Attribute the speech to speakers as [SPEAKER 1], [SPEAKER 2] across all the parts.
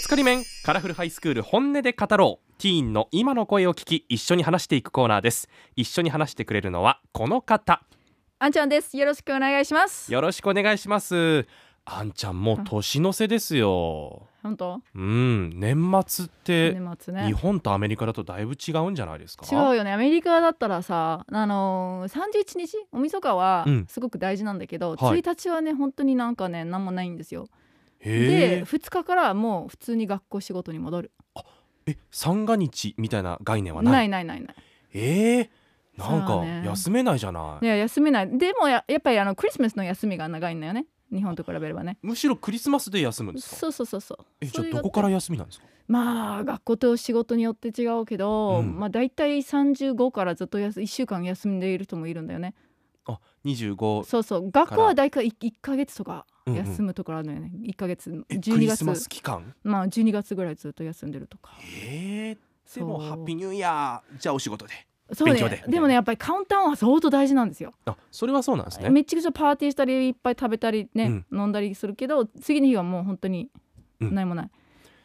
[SPEAKER 1] つかり面カラフルハイスクール本音で語ろうティーンの今の声を聞き一緒に話していくコーナーです一緒に話してくれるのはこの方
[SPEAKER 2] あんちゃんです。よろしくお願いします。
[SPEAKER 1] よろしくお願いしますあんちゃんもう年の瀬ですよ
[SPEAKER 2] 本当。
[SPEAKER 1] うん年末って
[SPEAKER 2] 年末
[SPEAKER 1] 日
[SPEAKER 2] ね。
[SPEAKER 1] 本とアメリカだとだいぶ違うんじゃないですか
[SPEAKER 2] 違うよね。アメリカだったらさ、あの三十一日お晦日は
[SPEAKER 1] うん
[SPEAKER 2] すごく大事なんだけど、一、
[SPEAKER 1] はい
[SPEAKER 2] 日はね本当になんかね何もないんですよ。
[SPEAKER 1] へ
[SPEAKER 2] で二日からはもう普通に学校仕事に戻る。
[SPEAKER 1] ええ三が日みたいな概念はない
[SPEAKER 2] ないないないない。
[SPEAKER 1] ええなん
[SPEAKER 2] そう
[SPEAKER 1] か
[SPEAKER 2] ね
[SPEAKER 1] 休めないじゃない
[SPEAKER 2] いや休めない。でもややっぱりあのクリスマスの休みが長いんだよね。日本と比べればね。
[SPEAKER 1] むしろクリスマスで休むんですか
[SPEAKER 2] そうそうそうそう。
[SPEAKER 1] えじ
[SPEAKER 2] そ
[SPEAKER 1] ゃ
[SPEAKER 2] れ
[SPEAKER 1] あ
[SPEAKER 2] が
[SPEAKER 1] どこから休みなんですか
[SPEAKER 2] まあ学校と仕事によって違うけど、
[SPEAKER 1] うん
[SPEAKER 2] まあだいたい三十五からずっとやす一週間休んでいる人もいるんだよね。
[SPEAKER 1] あ二十五
[SPEAKER 2] そうそう学校は大体い一ヶ月とか
[SPEAKER 1] うんうん
[SPEAKER 2] 休むところあるのよね、一ヶ月
[SPEAKER 1] え
[SPEAKER 2] 12
[SPEAKER 1] クリス
[SPEAKER 2] 月
[SPEAKER 1] マス期間
[SPEAKER 2] まあ12月ぐらいずっと休んでるとか
[SPEAKER 1] ええ
[SPEAKER 2] そ
[SPEAKER 1] で
[SPEAKER 2] う
[SPEAKER 1] もハッピーニューイヤーじゃあお仕事で
[SPEAKER 2] そうね
[SPEAKER 1] 勉強で
[SPEAKER 2] でもねやっぱりカウンターンは相当大事なんですよ、
[SPEAKER 1] あそれはそうなんですね
[SPEAKER 2] めっちゃくちゃパーティーしたりいっぱい食べたりね、飲んだりするけど次の日はもう本当に
[SPEAKER 1] うん
[SPEAKER 2] 何もない、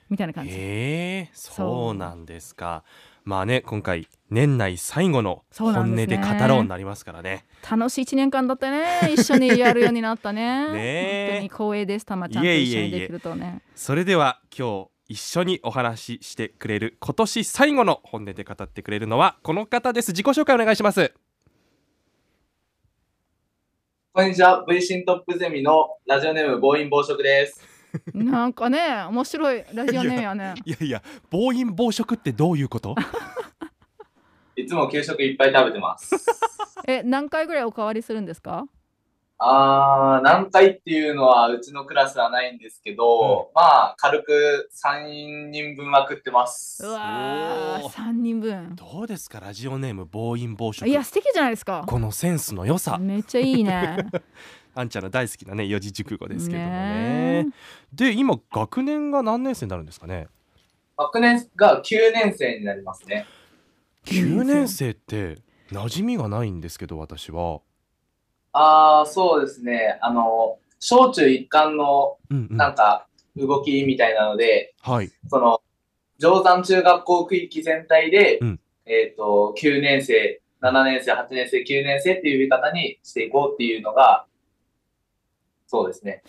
[SPEAKER 2] みたいな感じ、
[SPEAKER 1] ええそ
[SPEAKER 2] そうう
[SPEAKER 1] なんですかまあね今回年内最後の
[SPEAKER 2] そう
[SPEAKER 1] 本
[SPEAKER 2] なん
[SPEAKER 1] 音
[SPEAKER 2] です
[SPEAKER 1] で
[SPEAKER 2] ね
[SPEAKER 1] 語ろうになりますからね
[SPEAKER 2] 楽しい一年間だったね一緒にやるようになった
[SPEAKER 1] ね
[SPEAKER 2] ね
[SPEAKER 1] え
[SPEAKER 2] 本当に光栄ですたまちゃんと一緒にできるとね
[SPEAKER 1] それでは今日一緒にお話ししてくれる今年最後の本音で語ってくれるのはこの方です自己紹介お願いします
[SPEAKER 3] こんにちは、V シントップゼミのラジオネーム暴飲暴食です。
[SPEAKER 2] なんかね面白いラジオネームやね
[SPEAKER 1] いやいや暴飲暴食ってどういうこと
[SPEAKER 3] いつも給食いっぱい食べ てます。
[SPEAKER 2] え何回ぐらいおかわりするんですか
[SPEAKER 3] あー、何回っていうのはうちのクラスはないんですけど、まあ、軽く3人分は食ってます
[SPEAKER 2] う。わ
[SPEAKER 1] おー
[SPEAKER 2] ー3人分
[SPEAKER 1] どうですかラジオネーム暴飲暴食
[SPEAKER 2] いや素敵じゃないですか
[SPEAKER 1] このセンスの良さ
[SPEAKER 2] めっちゃいいね
[SPEAKER 1] あんちゃんの大好きなね四字熟語 ですけどもね
[SPEAKER 2] ね
[SPEAKER 1] で今学年が何年生になるんですかね
[SPEAKER 3] 学年が9年生になりますね。
[SPEAKER 1] 9
[SPEAKER 2] 9
[SPEAKER 1] 年
[SPEAKER 2] 年
[SPEAKER 1] 生って馴染みがないんですけど私は
[SPEAKER 3] あー、そうですね。あの、小中一貫の
[SPEAKER 1] うんうん
[SPEAKER 3] なんか動きみたいなので、
[SPEAKER 1] はい
[SPEAKER 3] その、定山中学校区域全体で、
[SPEAKER 1] うん
[SPEAKER 3] えっ、と、9年生、7年生、8年生、9年生っていう呼び方にしていこうっていうのが、そうですね。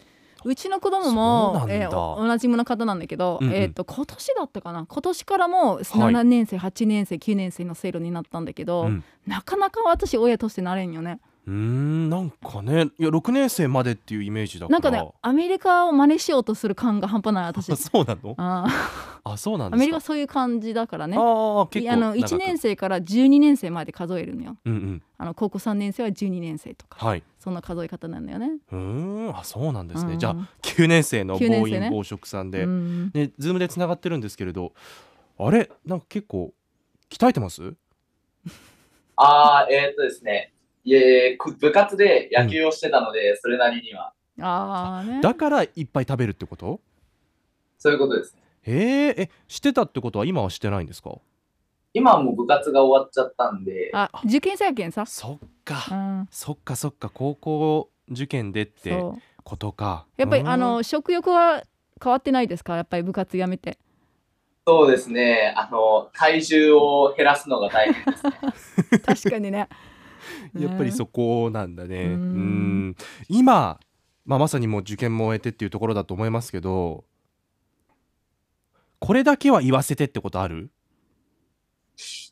[SPEAKER 2] うちの子供
[SPEAKER 1] そうな
[SPEAKER 2] も
[SPEAKER 1] ん、だ
[SPEAKER 2] えーお同じもの方なんだけど、
[SPEAKER 1] うんうん
[SPEAKER 2] えー、と今年だったかな今年からもう
[SPEAKER 1] はい
[SPEAKER 2] 7年生、8年生9年生の制度になったんだけど、
[SPEAKER 1] うん
[SPEAKER 2] なかなか私親としてなれんよね
[SPEAKER 1] うーんなんかねいや6年生までっていうイメージだか
[SPEAKER 2] な
[SPEAKER 1] ら
[SPEAKER 2] んかねアメリカを真似しようとする感が半端ない私
[SPEAKER 1] あ そうなの
[SPEAKER 2] あ
[SPEAKER 1] あそうなんで
[SPEAKER 2] ー
[SPEAKER 1] すか
[SPEAKER 2] アメリカそういう感じだからね
[SPEAKER 1] ああ結
[SPEAKER 2] い
[SPEAKER 1] 構
[SPEAKER 2] あの
[SPEAKER 1] 長く
[SPEAKER 2] 1年生から12年生まで数えるのよ
[SPEAKER 1] うんうん
[SPEAKER 2] あの高校3年生は12年生とか
[SPEAKER 1] はい
[SPEAKER 2] そんな数え方なんだよね。
[SPEAKER 1] うーんあそうなんですね、
[SPEAKER 2] うん
[SPEAKER 1] じゃあ9年生の
[SPEAKER 2] 9年
[SPEAKER 1] 暴
[SPEAKER 2] 生ね
[SPEAKER 1] 飲暴食さんで、
[SPEAKER 2] うん
[SPEAKER 1] ねズームでつながってるんですけれどあれなんか結構鍛えてます
[SPEAKER 3] あー、えっ、とですね。いえく部活で野球をしてたので、それなりには、
[SPEAKER 2] ああね。
[SPEAKER 1] だからいっぱい食べるってこと
[SPEAKER 3] そういうことですね。
[SPEAKER 1] へーえしてたってことは今はしてないんですか
[SPEAKER 3] 今はもう部活が終わっちゃったんで、
[SPEAKER 2] あ受験生やけんさ。
[SPEAKER 1] そっか、
[SPEAKER 2] うん。
[SPEAKER 1] そっかそっか高校受験でって
[SPEAKER 2] そう。
[SPEAKER 1] ことか
[SPEAKER 2] やっぱり
[SPEAKER 1] うーん
[SPEAKER 2] あの食欲は変わってないですか。やっぱり部活や めて。
[SPEAKER 3] そうですね。あの、体重を減らすのが大変です。
[SPEAKER 2] 確かにね。
[SPEAKER 1] やっぱりそこなんだね。う
[SPEAKER 2] うんん
[SPEAKER 1] 今、まあ、まさにもう受験も終えてっていうところだと思いますけどこれだけは言わせてってことある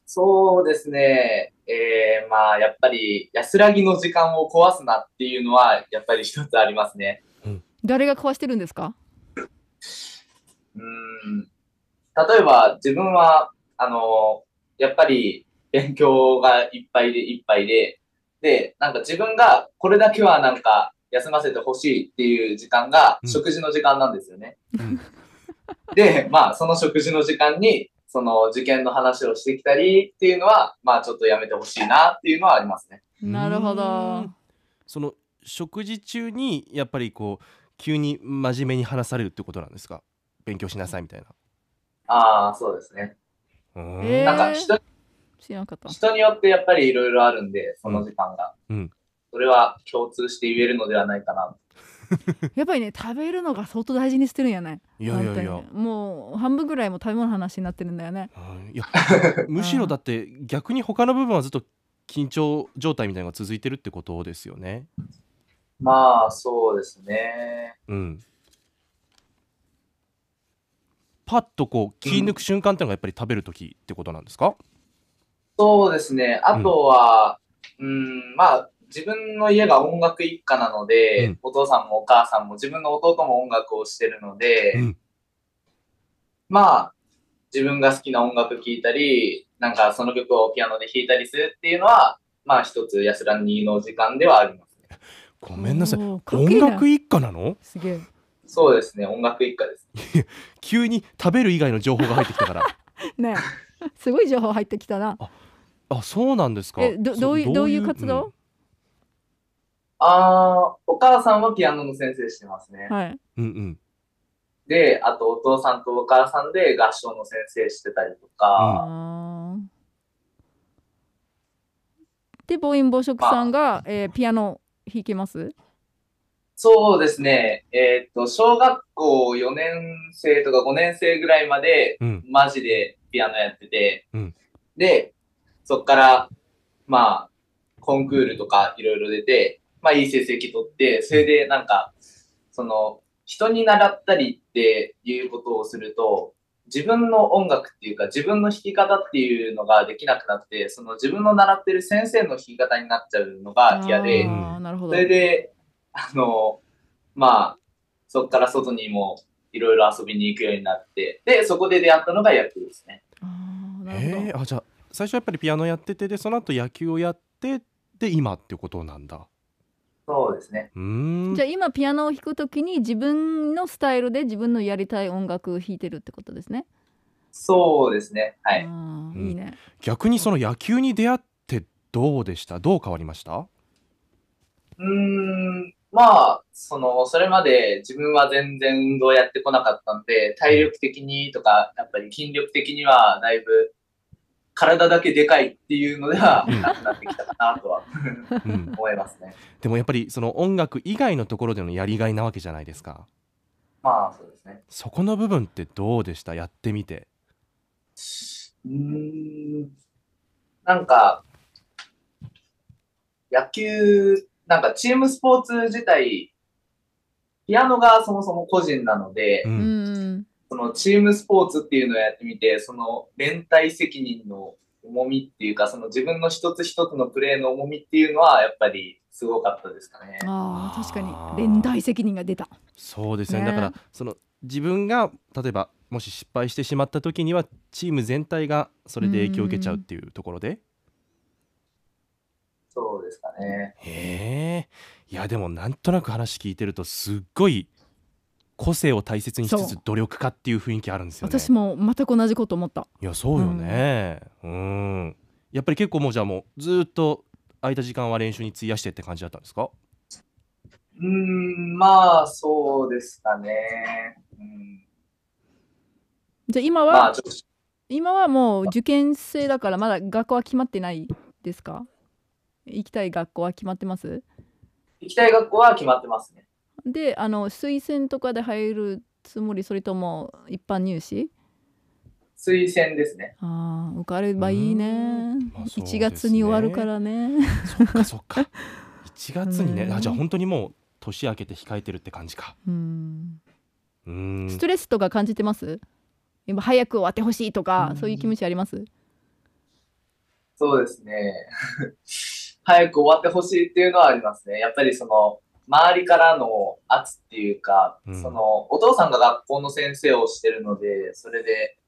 [SPEAKER 3] そうですね。えー、まあ、やっぱり安らぎの時間を壊すなっていうのは、やっぱり一つありますね。
[SPEAKER 2] 誰が壊してるんですか。
[SPEAKER 3] うーん例えば自分はあのやっぱり勉強がいっぱいでいっぱいででなんか自分がこれだけはなんか休ませてほしいっていう時間が
[SPEAKER 1] うん
[SPEAKER 3] 食事の時間なんですよね。
[SPEAKER 1] うん
[SPEAKER 3] でまあその食事の時間にその受験の話をしてきたりっていうのはまあちょっとやめてほしいなっていうのはありますね。
[SPEAKER 2] なるほ
[SPEAKER 1] う
[SPEAKER 2] ど
[SPEAKER 1] ーん。その食事中にやっぱりこう急に真面目に話されるってことなんですか勉強しなさいみたいな。
[SPEAKER 3] ああそうですね。
[SPEAKER 1] うーん
[SPEAKER 2] え
[SPEAKER 3] なんか
[SPEAKER 2] へー
[SPEAKER 3] 人
[SPEAKER 2] 知らなかった。
[SPEAKER 3] 人によってやっぱりいろいろあるんでその時間が、
[SPEAKER 1] うんうん
[SPEAKER 3] それは共通して言えるのではないかな
[SPEAKER 2] やっぱりね食べるのが相当大事にしてるんやない
[SPEAKER 1] いやいやいや
[SPEAKER 2] 本当にもう半分ぐらいもう食べ物の話になってるんだよね
[SPEAKER 1] うんいやむしろだって逆に他の部分はずっと緊張状態みたいなのが続いてるってことですよね。
[SPEAKER 3] まあ、そうですね。
[SPEAKER 1] うん、パッとこう気抜く瞬間ってのがやっぱり食べる時ってことなんですか、
[SPEAKER 3] そうですね。あとは、うん、まあ、自分の家が音楽一家なので、
[SPEAKER 1] うん
[SPEAKER 3] お父さんもお母さんも自分の弟も音楽をしてるので、
[SPEAKER 1] うん
[SPEAKER 3] まあ、自分が好きな音楽聴いたり、なんかその曲をピアノで弾いたりするっていうのは、まあ一つ安らぎの時間ではありますね。
[SPEAKER 1] ごめんなさい。
[SPEAKER 2] おーかっけ
[SPEAKER 1] 音
[SPEAKER 2] えな
[SPEAKER 1] 楽一家なの
[SPEAKER 2] すげえ
[SPEAKER 3] そうですね、音楽一家です。
[SPEAKER 1] 急に食べる以外の情報が入ってきたから
[SPEAKER 2] ねえすごい情報入ってきたな
[SPEAKER 1] あそうなんですか
[SPEAKER 2] えど
[SPEAKER 1] そ
[SPEAKER 2] どういうどういう活動、
[SPEAKER 3] あー、お母さんはピアノの先生してますね。
[SPEAKER 2] はい
[SPEAKER 1] うん、うんうん
[SPEAKER 3] で、あとお父さんとお母さんで合唱の先生してたりとか、
[SPEAKER 2] あーで暴飲暴食さんが、えーピアノ弾けます
[SPEAKER 3] そうですね。えーっと、小学校4年生とか5年生ぐらいまで、
[SPEAKER 1] うん
[SPEAKER 3] マジでピアノやってて、
[SPEAKER 1] うん
[SPEAKER 3] で、そっから、まあ、コンクールとかいろいろ出て、まあ、いい成績取って、それでなんか、その、人に習ったりっていうことをすると、自分の音楽っていうか、自分の弾き方っていうのができなくなって、その自分の習ってる先生の弾き方になっちゃうのが嫌で、
[SPEAKER 2] あーなるほ
[SPEAKER 3] そ
[SPEAKER 2] ど
[SPEAKER 3] れで、あの、まあ、そこから外にもいろいろ遊びに行くようになって、で、そこで出会ったのが野球ですね。
[SPEAKER 2] あーなるほど、
[SPEAKER 1] えー、あじゃあ最初やっぱりピアノやっててでその後野球をやってで今ってことなんだ
[SPEAKER 3] そうですね。
[SPEAKER 1] うーん
[SPEAKER 2] じゃあ今ピアノを弾くときに自分のスタイルで自分のやりたい音楽を弾いてるってことですね。
[SPEAKER 3] そうですね。は
[SPEAKER 2] あ
[SPEAKER 3] い。
[SPEAKER 2] ー
[SPEAKER 1] うん
[SPEAKER 2] いいね。
[SPEAKER 1] 逆にその野球に出会ってどうでしたどう変わりました
[SPEAKER 3] うーん、まあ、その、それまで自分は全然運動やってこなかったんで、体力的にとか、やっぱり筋力的にはだいぶ、体だけでかいっていうのでは
[SPEAKER 1] うん
[SPEAKER 3] なくなってきたかなとは
[SPEAKER 1] うん
[SPEAKER 3] 思いますね。
[SPEAKER 1] でもやっぱりその音楽以外のところでのやりがいなわけじゃないですか
[SPEAKER 3] まあ、そうですね。
[SPEAKER 1] そこの部分ってどうでしたやってみて
[SPEAKER 3] うーんなんか、野球、なんかチームスポーツ自体、ピアノがそもそも個人なので、
[SPEAKER 1] う
[SPEAKER 2] うんん。
[SPEAKER 3] そのチームスポーツっていうのをやってみて、その連帯責任の重みっていうか、その自分の一つ一つのプレーの重みっていうのは、やっぱりすごかったですかね。
[SPEAKER 2] ああ確
[SPEAKER 1] あ
[SPEAKER 2] か
[SPEAKER 1] ー
[SPEAKER 2] に連帯責任が出た。
[SPEAKER 1] そうですよね
[SPEAKER 2] ね
[SPEAKER 1] だからその自分が例えばもし失敗してしまった時にはチーム全体がそれで影響を受けちゃうっていうところで
[SPEAKER 3] そうですかね。
[SPEAKER 1] へえいやでもなんとなく話聞いてるとすっごい個性を大切にしつ
[SPEAKER 2] そ
[SPEAKER 1] つ
[SPEAKER 2] う
[SPEAKER 1] 努力家っていう雰囲気あるんですよね
[SPEAKER 2] 私も全く同じこと思った。
[SPEAKER 1] いやそうよねうんやっぱり結構もうじゃあもうずーっと空いた時間は練習に費やしてって感じだったんですか
[SPEAKER 3] うーん、まあ、そうですかね。うん、
[SPEAKER 2] じゃあ今は、
[SPEAKER 3] まあ、ちょっと
[SPEAKER 2] 今はもう受験生だからまだ学校は決まってないですか？行きたい学校は決まってます？
[SPEAKER 3] 行きたい学校は決まってますね。
[SPEAKER 2] であの推薦とかで入るつもりそれとも一般入試？
[SPEAKER 3] 推薦ですね。
[SPEAKER 2] ああ受かればいいね
[SPEAKER 1] んまあ。そうですね
[SPEAKER 2] 1月に終わるからね。
[SPEAKER 1] そっかそっ か1月にね
[SPEAKER 2] うん
[SPEAKER 1] あじゃあ本当にもう年明けて控えてるって感じか
[SPEAKER 2] うん。
[SPEAKER 1] うーん
[SPEAKER 2] ストレスとか感じてます今早く終わってほしいとか、
[SPEAKER 1] うん
[SPEAKER 2] そういう気持ちあります
[SPEAKER 3] そうですね。 早く終わってほしいっていうのはありますね。やっぱりその、周りからの圧っていうか、
[SPEAKER 1] うん
[SPEAKER 3] その、お父さんが学校の先生をしてるので、それで、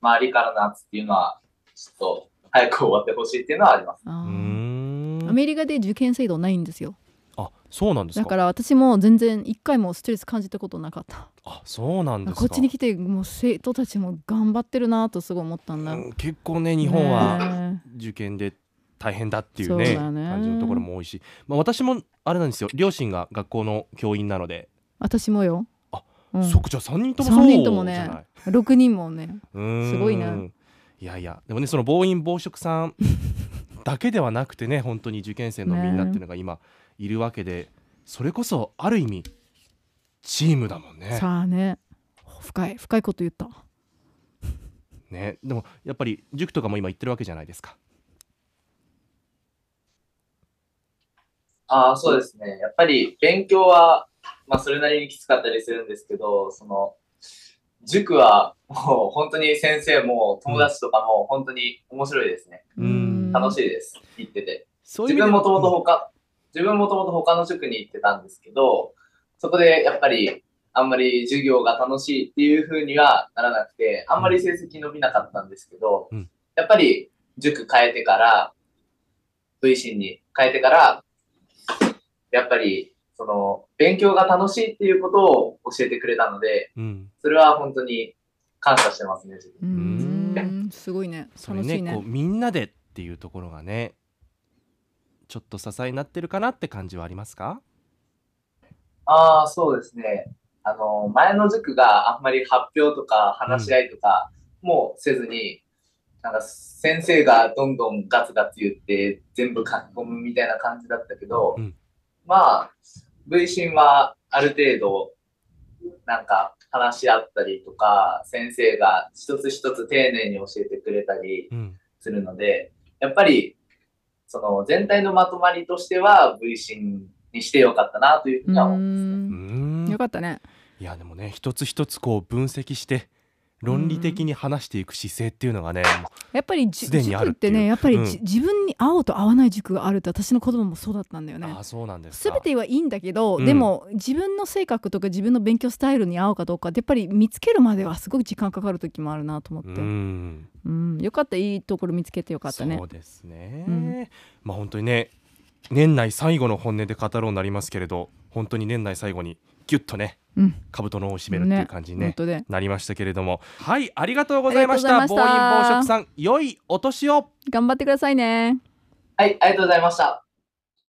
[SPEAKER 3] 周りからの圧っていうのは、ちょっと、早く終わってほしいっていうのはあります。
[SPEAKER 2] あ
[SPEAKER 1] うー
[SPEAKER 2] ーア
[SPEAKER 1] ん
[SPEAKER 2] メリカで受験制度ないんですよ
[SPEAKER 1] あそうなんです
[SPEAKER 2] だ
[SPEAKER 1] か
[SPEAKER 2] から私も全然一回もストレス感じたことなかった
[SPEAKER 1] あそうなんですか
[SPEAKER 2] こっちに来てもう生徒たちも頑張ってるなとすごい思ったんだ、
[SPEAKER 1] うん結構ね日本は
[SPEAKER 2] ね
[SPEAKER 1] 受験で大変だっていうね
[SPEAKER 2] そうだね
[SPEAKER 1] 感じのところも多いし、まあ、私もあれなんですよ両親が学校の教員なので、
[SPEAKER 2] 私もよ
[SPEAKER 1] あ、
[SPEAKER 2] うん、
[SPEAKER 1] そっかじゃあ3人ともそう
[SPEAKER 2] 三
[SPEAKER 1] じゃない
[SPEAKER 2] 人ともね6人もね
[SPEAKER 1] うーん
[SPEAKER 2] すごいない
[SPEAKER 1] やいやでもねその暴飲暴食さ んだけではなくてね本当に受験生のみんなっていうのが今いるわけで、それこそある意味チームだもんね
[SPEAKER 2] さあね深い深いこと言った
[SPEAKER 1] ねでもやっぱり塾とかも今行ってるわけじゃないですか
[SPEAKER 3] ああ、そうですね。やっぱり勉強は、まあ、それなりにきつかったりするんですけど、その、塾はもう本当に先生も友達とかも本当に面白いですね。
[SPEAKER 1] うん
[SPEAKER 3] 楽し
[SPEAKER 2] い
[SPEAKER 3] いです。行ってて。
[SPEAKER 1] そういう
[SPEAKER 3] 自
[SPEAKER 1] 意味で
[SPEAKER 3] 分もともと他、自分もともと他の塾に行ってたんですけど、そこでやっぱり、あんまり授業が楽しいっていう風にはならなくて、あんまり成績伸びなかったんですけど、
[SPEAKER 1] うん
[SPEAKER 3] やっぱり塾変えてから、V 進に変えてから、やっぱり、その、勉強が楽しいっていうことを教えてくれたので、
[SPEAKER 1] うんうん
[SPEAKER 3] それは本当に感謝してますね、自分。
[SPEAKER 2] う
[SPEAKER 1] うん
[SPEAKER 2] すごいね
[SPEAKER 1] それ
[SPEAKER 2] 楽しい
[SPEAKER 1] ねこ
[SPEAKER 2] ね
[SPEAKER 1] うみんなでっていうところがねちょっと支えになってるかなって感じはありますか
[SPEAKER 3] ああ、そうですね。あの、前の塾があんまり発表とか話し合いとかもせずに、なんか先生がどんどんガツガツ言って全部書き込むみたいな感じだったけど
[SPEAKER 1] うん、
[SPEAKER 3] まあ、V 進はある程度、なんか話し合ったりとか、先生が一つ一つ丁寧に教えてくれたり、
[SPEAKER 1] うん
[SPEAKER 3] するので、やっぱり、その全体のまとまりとしては V 進にしてよかったなというふう
[SPEAKER 2] う
[SPEAKER 3] には思います。
[SPEAKER 1] うー
[SPEAKER 2] ん
[SPEAKER 1] ん
[SPEAKER 2] よかったね
[SPEAKER 1] いやでもね一つ一つこう分析して論理的に話していく姿勢っていうのがね、もう
[SPEAKER 2] やっぱりじ
[SPEAKER 1] すでにあ
[SPEAKER 2] 塾
[SPEAKER 1] るっ
[SPEAKER 2] っ
[SPEAKER 1] てい
[SPEAKER 2] て
[SPEAKER 1] う
[SPEAKER 2] ねやっぱりじ、
[SPEAKER 1] う
[SPEAKER 2] 自分に合うと合わない塾があるって私の子供もそうだったんだよね
[SPEAKER 1] ああそうなんです
[SPEAKER 2] 全
[SPEAKER 1] か
[SPEAKER 2] てはいいんだけど、
[SPEAKER 1] うん
[SPEAKER 2] でも自分の性格とか自分の勉強スタイルに合うかどうかってやっぱり見つけるまではすごく時間かかる時もあるなと思っ
[SPEAKER 1] う
[SPEAKER 2] て、うん
[SPEAKER 1] ん
[SPEAKER 2] よかったいいところ見つけてよかったね
[SPEAKER 1] そうですね、
[SPEAKER 2] うん
[SPEAKER 1] まあ本当にね年内最後の本音で語ろうになりますけれど本当に年内最後にギュッとね
[SPEAKER 2] うん
[SPEAKER 1] 兜の緒を締めるっていう感じにね
[SPEAKER 2] 本当で
[SPEAKER 1] なりましたけれどもはいありがとうございました
[SPEAKER 2] ありがとう
[SPEAKER 1] 暴
[SPEAKER 2] ございました
[SPEAKER 1] 飲暴食さん良いお年を
[SPEAKER 2] 頑張ってくださいね
[SPEAKER 3] はい、ありがとうございました。